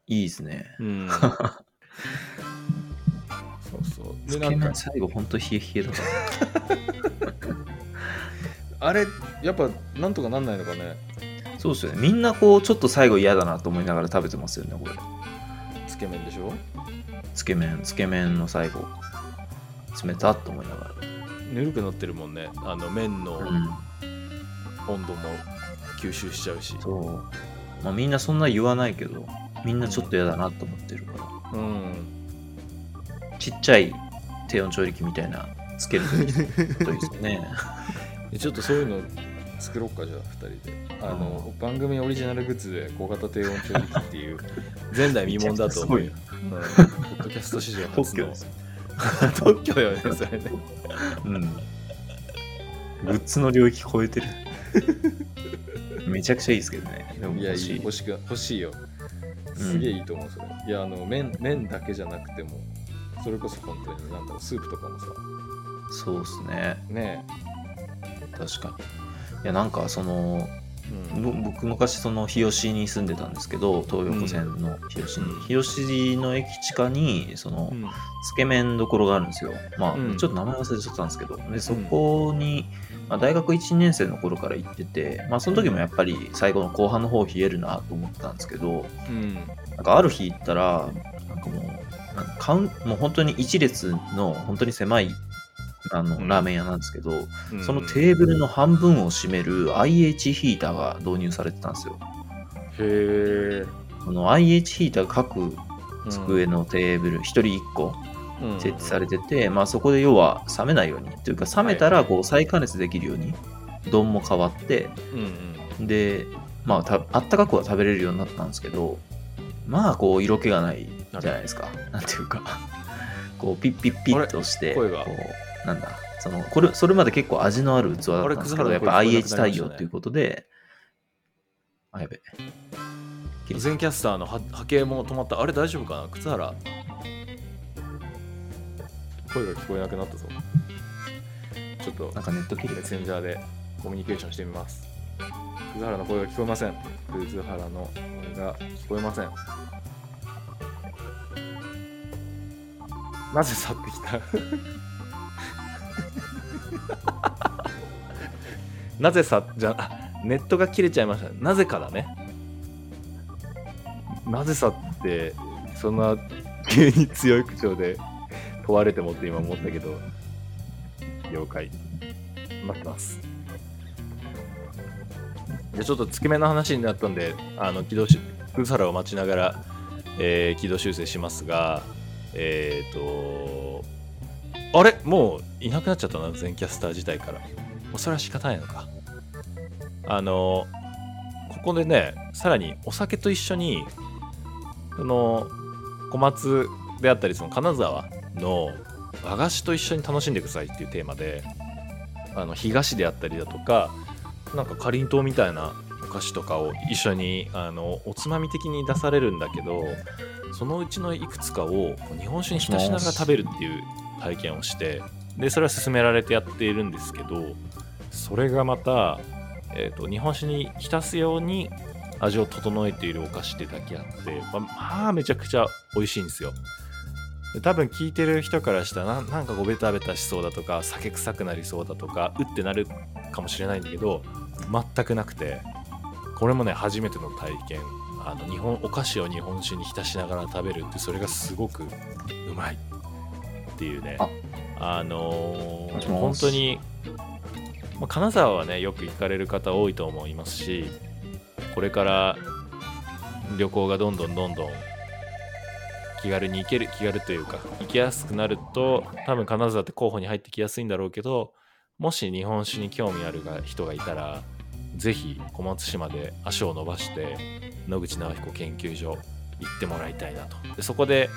Speaker 2: いいですね。
Speaker 1: うん そうそう
Speaker 2: つ
Speaker 1: で
Speaker 2: け
Speaker 1: なんか
Speaker 2: 麺最後ほんと冷え冷えだか
Speaker 1: あれやっぱなんとかなんないのかね
Speaker 2: ら。そうですよね。みんなこう、ちょっと最後嫌だなと思いながら食べてますよね、これ。
Speaker 1: つけ麺でしょ
Speaker 2: つけ麺、つけ麺の最後。冷たっと思いなが
Speaker 1: ぬるくなってるもんねあの麺の
Speaker 2: ら。うん。
Speaker 1: 温度も吸収しちゃうし
Speaker 2: そう。まあみんなそんな言わないけど、みんなちょっと嫌だなと思ってるから。
Speaker 1: うん
Speaker 2: ちっちゃい低温調理器みたいなつけるときといいです ね。
Speaker 1: でちょっとそういうの作ろうかじゃあ2人であの番組オリジナルグッズで小型低温調理器っていう前代未聞だと思う
Speaker 2: めち
Speaker 1: よ、うん、ポッドキャスト史上
Speaker 2: 特
Speaker 1: 初
Speaker 2: 許
Speaker 1: の
Speaker 2: です。
Speaker 1: 特許だよねそれね
Speaker 2: うん。グッズの領域超えてる。めちゃくちゃいいですけどね。でも
Speaker 1: いや、
Speaker 2: 欲し
Speaker 1: いい
Speaker 2: い。
Speaker 1: 欲しく欲しいよ。
Speaker 2: ん
Speaker 1: すげえいいと思う、それ。いや、あの麺、麺だけじゃなくても、それこそ本当に、なんだろう、スープとかもさ、
Speaker 2: そうですね。
Speaker 1: ね
Speaker 2: 確かに。いや、なんかその、
Speaker 1: え、うん、
Speaker 2: ぼ僕昔その日吉に住んでたんですけど、東横線の日吉に。
Speaker 1: うん
Speaker 2: 日吉の駅地下に、その、
Speaker 1: うん
Speaker 2: つけ麺どころがあるんですよ。まあ、
Speaker 1: うん
Speaker 2: ちょっと名前忘れちゃったんですけど、でそこに、まあ、大学1年生の頃から行ってて、まあ、その時もやっぱり最後の後半の方冷えるなと思ったんですけど、
Speaker 1: うん、
Speaker 2: なんかある日行ったら、なんかもう、なんかカウンもう本当に一列の本当に狭いあの
Speaker 1: うん
Speaker 2: ラーメン屋なんですけど、
Speaker 1: うん
Speaker 2: そのテーブルの半分を占める IH ヒーターが導入されてたんですよ。
Speaker 1: へえ、
Speaker 2: この IH ヒーターが各机のテーブル、一人一個設置され
Speaker 1: て、
Speaker 2: てて、まあ、そこで要は冷めないようにというか冷めたらこう再加熱できるように丼も変わって
Speaker 1: うんうん、
Speaker 2: で、まあ、たあったかくは食べれるようになったんですけどまあこう色気がないじゃないですかなんていうか こうピッピッピッとして
Speaker 1: あれ声が
Speaker 2: こうなんだそのこれそれまで結構味のある器だったんですけ
Speaker 1: あ
Speaker 2: ど
Speaker 1: れ
Speaker 2: やっ
Speaker 1: 葛
Speaker 2: ぱ
Speaker 1: 原の声聞こえなくなりま
Speaker 2: IH
Speaker 1: したね
Speaker 2: 対応ということであやべ
Speaker 1: 全キャスターのは波形も止まった。あれ大丈夫かな靴原声が聞こえなくなったぞ。ちょっと
Speaker 2: なん、かネット切
Speaker 1: メ
Speaker 2: る
Speaker 1: ッセンジャーでコミュニケーションしてみます。葛原の声が聞こえません。葛原の声が聞こえません。なぜ去ってきた なぜさじゃあネットが切れちゃいましたなぜかだねなぜさってそんな急に強い口調で問われてもって今思ったけど了解待ってますじゃあちょっとつけ麺の話になったんであの軌道し空皿を待ちながら、えー軌道修正しますがえっ、とあれもういなくなっちゃったな全キャスター自体からもうそれは仕方ないのかあのここでねさらにお酒と一緒にその小松であったりその金沢の和菓子と一緒に楽しんでくださいっていうテーマであの東であったりだとかなんかかりんとうみたいなお菓子とかを一緒にあのおつまみ的に出されるんだけどそのうちのいくつかをこう日本酒に浸しながら食べるっていう体験をしてでそれは勧められてやっているんですけどそれがまた、えー、と日本酒に浸すように味を整えているお菓子ってだけあって、まあ、まあめちゃくちゃ美味しいんですよ。で多分聞いてる人からしたらななんかこうベタベタしそうだとか酒臭くなりそうだとかうってなるかもしれないんだけど全くなくてこれもね初めての体験あの日本お菓子を日本酒に浸しながら食べるってそれがすごくうまいっていうね
Speaker 2: あ
Speaker 1: あの
Speaker 2: もし
Speaker 1: ー
Speaker 2: も
Speaker 1: 本
Speaker 2: し
Speaker 1: 当に、まあ金沢はねよく行かれる方多いと思いますしこれから旅行がどんどんどんどん気軽に行ける気軽というか行きやすくなると多分金沢って候補に入ってきやすいんだろうけどもし日本酒に興味あるが人がいたらぜひ小松島で足を伸ばして野口直彦研究所行ってもらいたいなとでそこで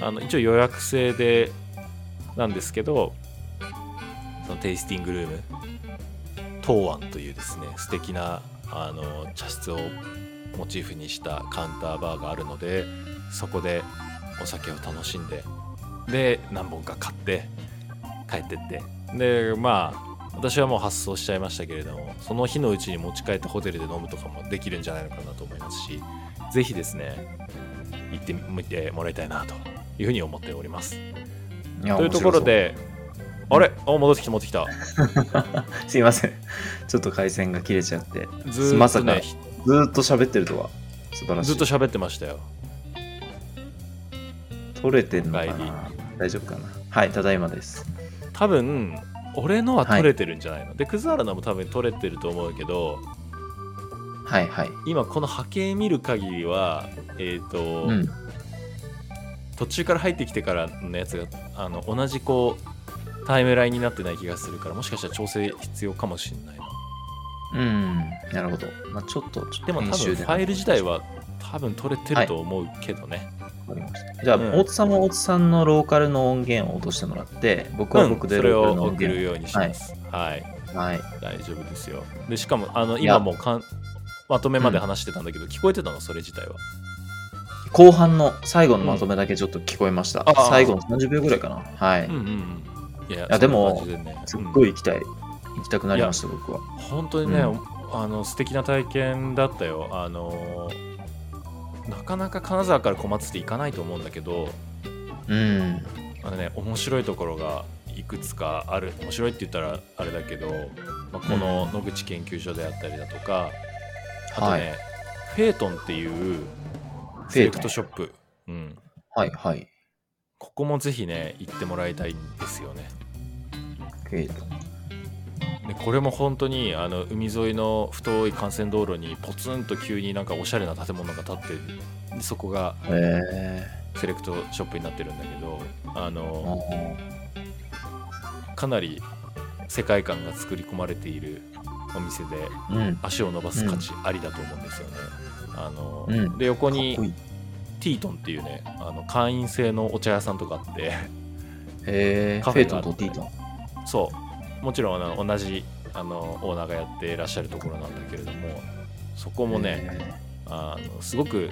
Speaker 1: あの一応予約制でなんですけどそのテイスティングルーム東湾というですね素敵なあの茶室をモチーフにしたカウンターバーがあるのでそこでお酒を楽しんでで何本か買って帰ってってでまあ私はもう発送しちゃいましたけれどもその日のうちに持ち帰ってホテルで飲むとかもできるんじゃないのかなと思いますしぜひですね行ってみてもらいたいなというふうに思っております
Speaker 2: いや
Speaker 1: というところ、であれあ戻ってきた戻ってきた
Speaker 2: 面白そう すいません。ちょっと回線が切れちゃって。
Speaker 1: ずー
Speaker 2: ま
Speaker 1: っと
Speaker 2: さか
Speaker 1: ね
Speaker 2: ずーっと喋ってるとは。素晴らしい。
Speaker 1: ずっと喋ってましたよ
Speaker 2: 取れてんのか
Speaker 1: お
Speaker 2: な大丈夫かなはい、ただいまです。
Speaker 1: 多分俺のは取れてるんじゃないの、で葛原のも多分取れてると思うけど
Speaker 2: はいはい。
Speaker 1: 今この波形見る限りはえっ、と、
Speaker 2: うん。
Speaker 1: 途中から入ってきてからのやつがあの同じこうタイムラインになってない気がするからもしかしたら調整必要かもしれないな
Speaker 2: うん。なるほど。まあちょっと、ちょっと
Speaker 1: でも多
Speaker 2: 編集
Speaker 1: 分
Speaker 2: で
Speaker 1: ファイル自体は多分取れてると思うけどね、
Speaker 2: わかりましたじゃあ、
Speaker 1: うん
Speaker 2: 大津さんも大津さんのローカルの音源を落としてもらって、僕は
Speaker 1: うん
Speaker 2: 僕で
Speaker 1: それ
Speaker 2: ローカル
Speaker 1: を
Speaker 2: の音
Speaker 1: 送る
Speaker 2: 源
Speaker 1: ようにしますはい、
Speaker 2: を。はい。
Speaker 1: 大丈夫ですよでしかもあの
Speaker 2: いや
Speaker 1: 今もうかんまとめまで話してたんだけど、聞こえてたのそれ自体は
Speaker 2: 後半の最後のまとめだけちょっと聞こえました。
Speaker 1: ああ
Speaker 2: 最後の30秒ぐらいかな。はい。
Speaker 1: うんうんうんいや
Speaker 2: やで
Speaker 1: そ
Speaker 2: も
Speaker 1: んな感じでね
Speaker 2: すっご
Speaker 1: う
Speaker 2: い行きたい。行きたくなりました、僕は。
Speaker 1: ん本当にね、
Speaker 2: うん
Speaker 1: あの素敵な体験だったよあのなかなか金沢から小松って行かないと思うんだけど
Speaker 2: うん。
Speaker 1: あのね面白いところがいくつかある面白いって言ったらあれだけど、まあ、この野口研究所であったりだとか、あと
Speaker 2: は
Speaker 1: ね、
Speaker 2: い。
Speaker 1: フェイトンっていう
Speaker 2: フ
Speaker 1: セ
Speaker 2: ェイ
Speaker 1: レ
Speaker 2: トン
Speaker 1: クトショップ、うん、
Speaker 2: はい、はい。
Speaker 1: ここもぜひね行ってもらいたいんですよね
Speaker 2: フェイト
Speaker 1: でこれも本当にあの海沿いの太い幹線道路にポツンと急になんかおしゃれな建物が建ってるでそこが
Speaker 2: へえ
Speaker 1: セレクトショップになってるんだけどあ
Speaker 2: ー。
Speaker 1: の
Speaker 2: あ
Speaker 1: かなり世界観が作り込まれているお店で
Speaker 2: あうん。か
Speaker 1: 足を伸ばす価値ありだと思うんですよね。あの
Speaker 2: うん
Speaker 1: で横
Speaker 2: っこい
Speaker 1: に
Speaker 2: い。
Speaker 1: ティートンっていうねあの会員制のお茶屋さんとかあって
Speaker 2: へえ。
Speaker 1: カ
Speaker 2: フ
Speaker 1: フ
Speaker 2: ェイ
Speaker 1: ェ
Speaker 2: ト
Speaker 1: があ
Speaker 2: ン
Speaker 1: って
Speaker 2: とティートン。
Speaker 1: そうもちろんあの同じあのオーナーがやってらっしゃるところなんだけれどもそこもねあのすごく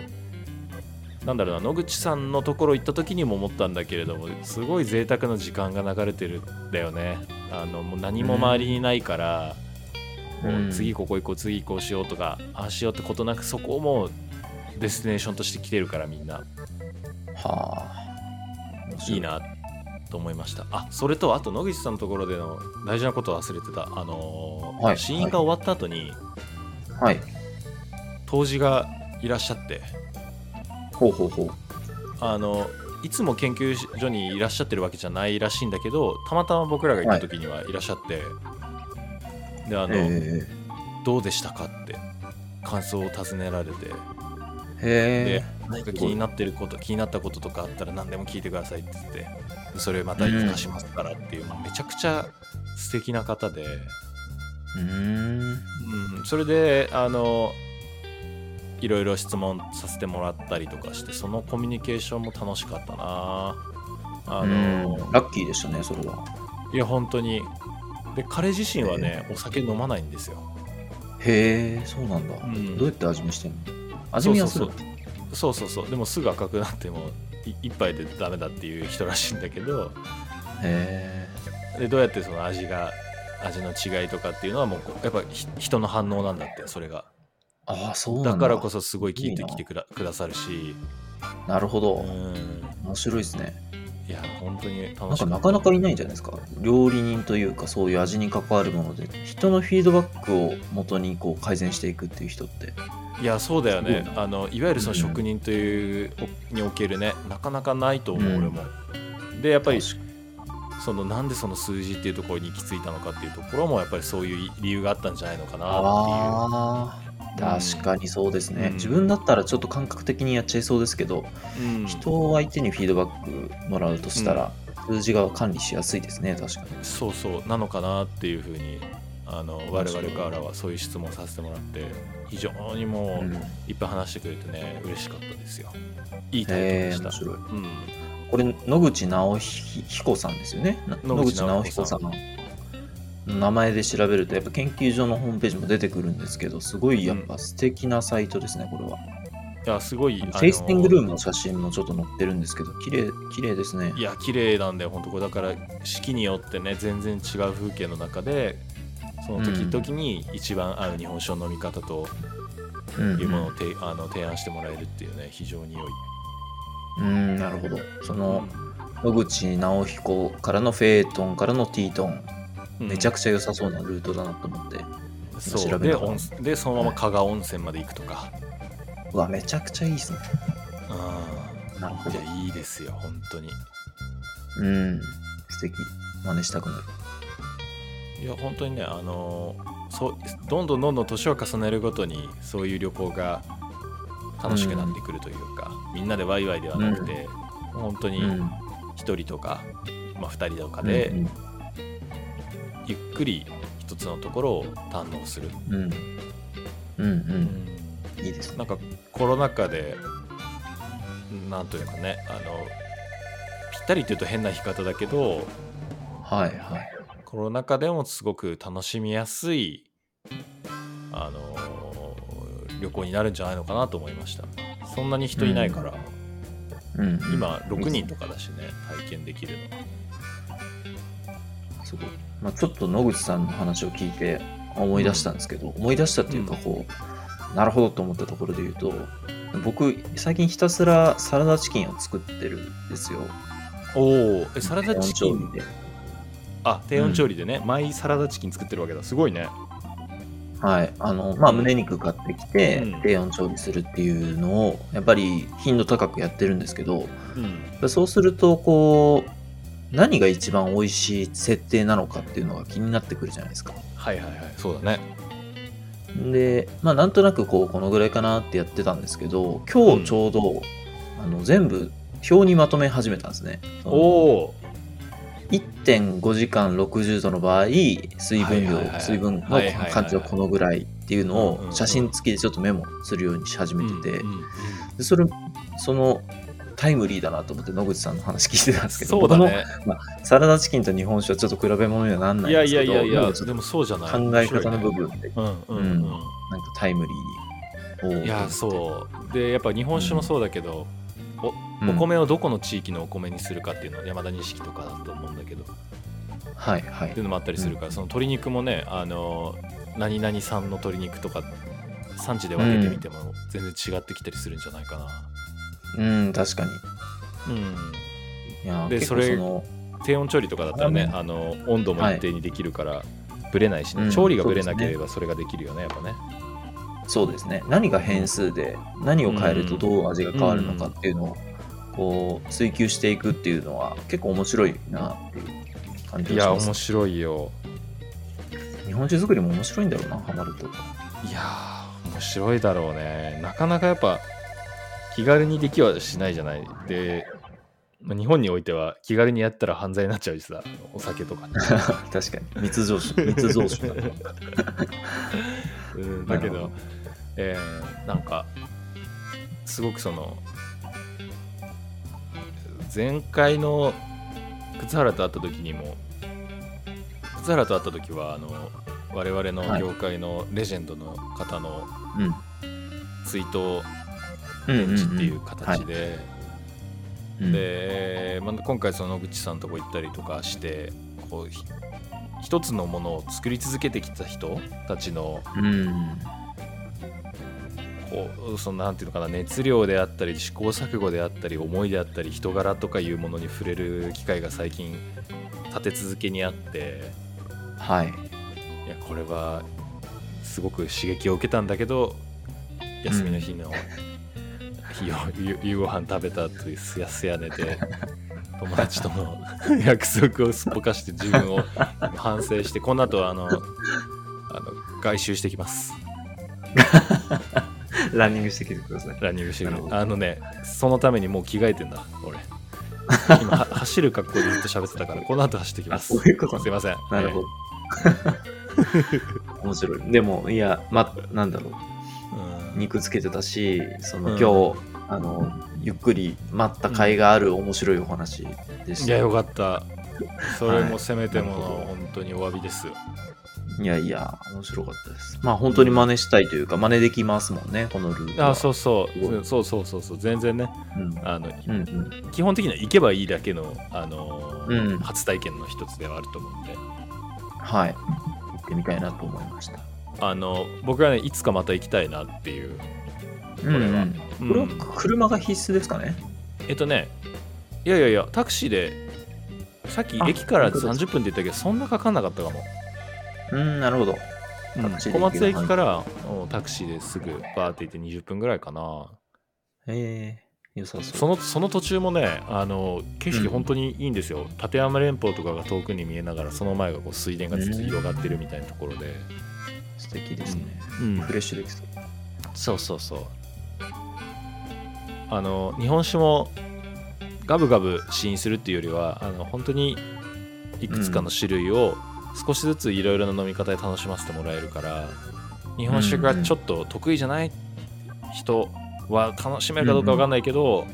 Speaker 1: なんだろうな野口さんのところ行った時にも思ったんだけれどもすごい贅沢な時間が流れてるんだよねあのもう何も周りにないから、
Speaker 2: うん
Speaker 1: もう
Speaker 2: うん
Speaker 1: 次ここ行こう次こうしようとかああしようってことなくそこをもうデスティネーションとして来てるからみんな
Speaker 2: へー。はあ。面白
Speaker 1: いい。なと思いましたあそれとあと野口さんのところでの大事なことを忘れてたあのー
Speaker 2: はい
Speaker 1: 試飲が終わった後に
Speaker 2: はい。
Speaker 1: 杜氏がいらっしゃって
Speaker 2: ほうほうほう。
Speaker 1: あのいつも研究所にいらっしゃってるわけじゃないらしいんだけどたまたま僕らが行った時にはいらっしゃって、であの、
Speaker 2: へ
Speaker 1: どうでしたかって感想を尋ねられて、
Speaker 2: え。へ
Speaker 1: で
Speaker 2: え。
Speaker 1: 何か気になってること気になったこととかあったら何でも聞いてくださいって言ってそれまた活かしますからっていう、めちゃくちゃ素敵な方で、
Speaker 2: うーん。
Speaker 1: うん、それであのいろいろ質問させてもらったりとかしてそのコミュニケーションも楽しかったなあの、
Speaker 2: うんラッキーでしたね、それは。
Speaker 1: いや本当にで彼自身はね、お酒飲まないんですよ
Speaker 2: へえ、そうなんだ。
Speaker 1: ん
Speaker 2: どうやって味見してんの味見はする
Speaker 1: そうそうそうそうでもすぐ赤くなってもい一杯でダメだっていう人らしいんだけど
Speaker 2: へ
Speaker 1: でどうやってその味が味の違いとかっていうのはもうこうやっぱひ人の反応なんだってそれが
Speaker 2: ーああ、そうなんだ。
Speaker 1: だからこそすごい聞いてきてくだくださるし
Speaker 2: なるほ
Speaker 1: う
Speaker 2: ど。
Speaker 1: ん
Speaker 2: 面白いですね。
Speaker 1: いいや、本当に
Speaker 2: な
Speaker 1: 楽
Speaker 2: ん
Speaker 1: し
Speaker 2: か
Speaker 1: か
Speaker 2: な
Speaker 1: っ
Speaker 2: かなかいないんじゃないですか料理人というかそういう味に関わるもので人のフィードバックを元にこう改善していくっていう人って
Speaker 1: た。いや、そうだよね
Speaker 2: す。
Speaker 1: あのいわゆるその
Speaker 2: うん
Speaker 1: 職人という、おにおけるね、なかなかないと思う、
Speaker 2: うん
Speaker 1: 俺も。で、やっぱり
Speaker 2: 確か
Speaker 1: そのなんでその数字っていうところに行き着いたのかっていうところもやっぱりそういう理由があったんじゃないのかなっ
Speaker 2: あー確かにそうですね、
Speaker 1: うん
Speaker 2: 自分だったらちょっと感覚的にやっちゃいそうですけど、
Speaker 1: ていう、うん、
Speaker 2: 人を相手にフィードバックもらうとしたら、数字が管理しやすいですね確かに
Speaker 1: そうそうなのかなっていうふうにあの我々からはそういう質問させてもらって非常にも
Speaker 2: うんへ
Speaker 1: ういっぱい話してくれてね嬉しかったですよいいタイプで
Speaker 2: え
Speaker 1: し
Speaker 2: 面
Speaker 1: た、
Speaker 2: 白い
Speaker 1: うん、
Speaker 2: これ野口直彦さんですよねな
Speaker 1: 野
Speaker 2: 野
Speaker 1: 口
Speaker 2: 口
Speaker 1: 直
Speaker 2: 直
Speaker 1: 彦
Speaker 2: 彦
Speaker 1: さ
Speaker 2: さ
Speaker 1: ん
Speaker 2: んの名前で調べるとやっぱ研究所のホームページも出てくるんですけどすごいやっぱ素敵なサイトですねこれは、
Speaker 1: いやすごい
Speaker 2: テイスティングルー
Speaker 1: ム
Speaker 2: ムの写真もちょっと載ってるんですけど綺麗綺麗ですね
Speaker 1: いや綺麗なんだよ本当これだから四季によってね全然違う風景の中でその時々に一番合う日本酒の飲み方と
Speaker 2: うん
Speaker 1: いうものをて、あの提案してもらえるっていうね非常に良い
Speaker 2: うんなるほどその野口直彦からのフェートンからのティートンめちゃ
Speaker 1: く
Speaker 2: くちゃ良さそうなルートだなと思って、
Speaker 1: ち
Speaker 2: 調
Speaker 1: そ
Speaker 2: べ
Speaker 1: う
Speaker 2: なが
Speaker 1: で
Speaker 2: ら
Speaker 1: 温泉でそのまま加賀温泉まで行くとか、
Speaker 2: うわめちゃくちゃいいですね
Speaker 1: う
Speaker 2: なるほ
Speaker 1: んい
Speaker 2: ど
Speaker 1: やいいですよ本当に
Speaker 2: うん素敵真似したくなる
Speaker 1: いや本当にねあのそうどんどんどんどん年を重ねるごとにそういう旅行が楽しくなってくるというか、みんなでワイワイではなくて、本当に
Speaker 2: うん
Speaker 1: 1人とか、まあ、2人とかで、
Speaker 2: うん
Speaker 1: ゆっくり一つのところを堪能する、
Speaker 2: うん。うんうん。いいですね。
Speaker 1: なんかコロナ禍でなんというかねあのぴったりというと変な言い方だけど
Speaker 2: はいはい。
Speaker 1: コロナ禍でもすごく楽しみやすいあの旅行になるんじゃないのかなと思いましたそんなに人いないから、
Speaker 2: うん、
Speaker 1: 今6人とかだしね体験できる
Speaker 2: すごい。まあ、ちょっと野口さんの話を聞いて思い出したんですけど、思い出したっていうかこう、なるほどと思ったところで言うと、僕、最近ひたすらサラダチキンを作ってるんですよ。
Speaker 1: のおおえサラダチキ
Speaker 2: 低温
Speaker 1: ン
Speaker 2: 調理で。
Speaker 1: あ低温調理でね、マイサラダチキン作ってるわけだすごいね
Speaker 2: はい。あの、まあ、胸肉買ってきて
Speaker 1: うん、
Speaker 2: 低温調理するっていうのを、やっぱり頻度高くやってるんですけど、
Speaker 1: うん
Speaker 2: そうすると、こう、何が一番美味しい設定なのかっていうのが気になってくるじゃないですか。
Speaker 1: はいはいはいそうだね
Speaker 2: で、まあ、なんとなくこう、このぐらいかなってやってたんですけど、今日ちょうど、あの全部表にまとめ始めたんですね。その
Speaker 1: おお
Speaker 2: 1.5時間60度の場合、水分量、
Speaker 1: はいはいはい
Speaker 2: 水分の
Speaker 1: はいはいはい
Speaker 2: 感じはこのぐらいっていうの
Speaker 1: うんうんう
Speaker 2: を
Speaker 1: ん
Speaker 2: 写真付きでちょっとメモするようにし始めてて、
Speaker 1: うんうんうん
Speaker 2: でそれ、そのタイムリーだなと思って野口さんの話聞いてたんですけど、
Speaker 1: そうだね
Speaker 2: サラダチキンと日本酒はちょっと比べ物にはなんない
Speaker 1: い
Speaker 2: ん
Speaker 1: や
Speaker 2: で
Speaker 1: い
Speaker 2: す
Speaker 1: や
Speaker 2: け
Speaker 1: い
Speaker 2: ど
Speaker 1: やいや
Speaker 2: ちょっ
Speaker 1: でもそうじゃない
Speaker 2: と考え方の部
Speaker 1: 面
Speaker 2: 分で
Speaker 1: 白いねうんうん
Speaker 2: う
Speaker 1: うんん
Speaker 2: なんかタイムリーにおー
Speaker 1: いやそうでやっぱ日本酒もそうだけど、
Speaker 2: うん
Speaker 1: お米をどこの地域のお米にするかっていうのは山田錦とかだと思うんだけどって
Speaker 2: はいはい
Speaker 1: いうのもあったりするから、その鶏肉もねあの何々産の鶏肉とか産地で分けてみても全然違ってきたりするんじゃないかな、
Speaker 2: うん確かに
Speaker 1: うん
Speaker 2: いや
Speaker 1: で
Speaker 2: 結構
Speaker 1: それ
Speaker 2: の
Speaker 1: 低温調理とかだったらね
Speaker 2: あの
Speaker 1: あの温度も一定にできるから、ぶれないしね、
Speaker 2: うん
Speaker 1: 調理がぶれなければそれができるよねやっぱね
Speaker 2: そうですね何が変数で何を変えるとどう味が変わるのかっていうのをこう追求していくっていうのは結構面白いなっていう感じ
Speaker 1: い
Speaker 2: がし
Speaker 1: や
Speaker 2: ます
Speaker 1: 面白いよ
Speaker 2: 日本酒作りも面白いんだろうなハマる と
Speaker 1: いやー面白いだろうねなかなかやっぱ気軽にできはしないじゃないでまあ日本においては気軽にやったら犯罪になっちゃうしさお酒とか ね、
Speaker 2: 確かに密造酒密造酒だ な
Speaker 1: うんだけ
Speaker 2: なる
Speaker 1: ど
Speaker 2: ほど、
Speaker 1: えーなんかすごくその前回の靴原と会った時にも靴原と会った時はあの我々の業界のレジェンドの方の
Speaker 2: うん
Speaker 1: ツイートを
Speaker 2: うん
Speaker 1: 展
Speaker 2: んん
Speaker 1: 示っていう形で、
Speaker 2: うん
Speaker 1: で、まあ、今回その野口さんとこ行ったりとかしてこうひ一つのものを作り続けてきた人たちの
Speaker 2: うん
Speaker 1: こおそのなんていうのかな熱量であったり試行錯誤であったり思いであったり人柄とかいうものに触れる機会が最近立て続けにあって
Speaker 2: はい。
Speaker 1: いやこれはすごく刺激を受けたんだけど休みの 日の、夕夕ご飯食べた後すやすや寝て友達との 約束をすっぽかして自分を反省してこの後あのあの外周してきます
Speaker 2: ランニングしてきてください。
Speaker 1: ランニングしてくる
Speaker 2: なるほど
Speaker 1: あのねそのためにもう着替えてんだ俺今は走る格好でずっと喋ってたからこの後走ってきま
Speaker 2: あ、
Speaker 1: す
Speaker 2: そういうこと
Speaker 1: すいません
Speaker 2: なるほど。 面白い。でも、いや、ま、なんだろう。
Speaker 1: うん
Speaker 2: 肉つけてたし、その、
Speaker 1: うん
Speaker 2: 今日、あの、ゆっくり待った甲斐がある面白いお話でし
Speaker 1: い
Speaker 2: た。
Speaker 1: やよかったそれもせめてもの、
Speaker 2: はい
Speaker 1: 本当にお詫びですよ
Speaker 2: いやいや、面白かったです。まあ、本当に真似したいというか、真似できますもんね、このルールは。
Speaker 1: あそうそ
Speaker 2: すごいう
Speaker 1: そうそうそうそう全然ね
Speaker 2: うん。
Speaker 1: あの
Speaker 2: うんうん。
Speaker 1: 基本的には行けばいいだけの、あのー
Speaker 2: うん
Speaker 1: 初体験の一つではあると思うんで
Speaker 2: はい。行ってみたいなと思いました。
Speaker 1: あの僕はねいつかまた行きたいなっていう
Speaker 2: うん
Speaker 1: れは
Speaker 2: うん。
Speaker 1: うん
Speaker 2: これは車が必須ですかね、
Speaker 1: えっとねいやいやいやタクシーでさっき
Speaker 2: あ
Speaker 1: 駅から
Speaker 2: 本当です
Speaker 1: 30分って言ったけどそんなかかんなかったかも、
Speaker 2: うん、なるほど。
Speaker 1: うん
Speaker 2: タクシー
Speaker 1: 小
Speaker 2: で行ける
Speaker 1: 松駅からうんタクシーですぐバーって行って20分ぐらいかな
Speaker 2: ええ良さそう。
Speaker 1: そのその途中もねあの景色本当にいいんですよ、立山連峰とかが遠くに見えながらその前がこう水田がずっと広がってるみたいなところで、
Speaker 2: 素敵ですね。
Speaker 1: うん
Speaker 2: フレッシュできそう。
Speaker 1: そうそうそうあの日本酒もガブガブ試飲するっていうよりはあの本当にいくつかの種類を少しずついろいろな飲み方で楽しませてもらえるから日本酒がちょっと得意じゃない人は楽しめるかどうかわかんないけど、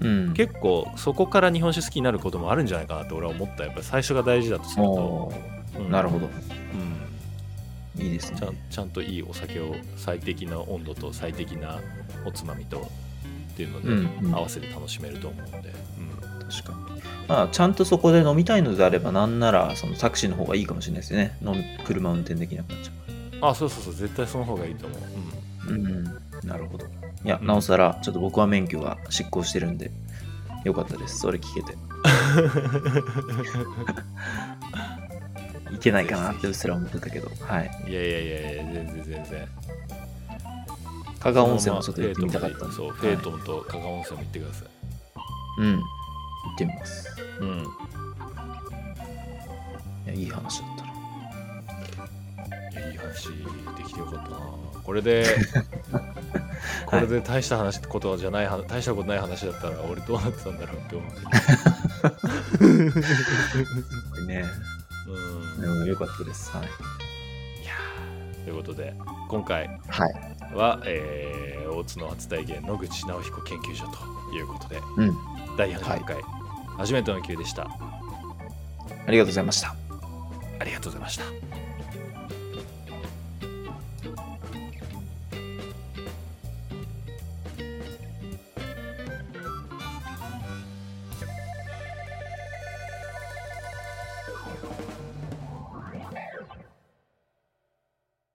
Speaker 2: うん。
Speaker 1: 結構そこから日本酒好きになることもあるんじゃないかなって俺は思ったやっぱり最初が大事だとすると、
Speaker 2: おー
Speaker 1: うん
Speaker 2: なるほど。
Speaker 1: うん
Speaker 2: いいですね
Speaker 1: ちゃ。んちゃんといいお酒を最適な温度と最適なおつまみとっていうので、
Speaker 2: うんうん
Speaker 1: 合わせて楽しめると思うので、うん
Speaker 2: 確かに。まあ、ちゃんとそこで飲みたいのであれば、なんなら、そのタクシーの方がいいかもしれないですね。飲み車運転できなくなっちゃ
Speaker 1: あそうそうそう絶対その方がいいと思う、う
Speaker 2: う。うん。なるほど。いや、
Speaker 1: うん
Speaker 2: なおさら、ちょっと僕は免許が失効してるんで、よかったです。それ聞けて。いけないかなってうっすら思ってたけど、はい。
Speaker 1: ん、いやいやいやいや全然全然
Speaker 2: 加賀温泉もちょっと行ってみたかったんで。
Speaker 1: そうフェイ
Speaker 2: はい
Speaker 1: トンと加賀温泉も行ってください、
Speaker 2: うん。行ってみます。
Speaker 1: うん
Speaker 2: いや、いい話だったな。
Speaker 1: いやいい話できてよかったなこれでこれで大した話ことじゃない話大したことない話だったら俺どうなってたんだろうって思って、
Speaker 2: すごいね。
Speaker 1: うん、
Speaker 2: でもよかったです。はい。
Speaker 1: ということで今回
Speaker 2: はい。
Speaker 1: は、えー大津の初体験野口直彦研究所ということで
Speaker 2: うん。
Speaker 1: 第40回、初めての Q でした
Speaker 2: ありがとうございました。
Speaker 1: ありがとうございました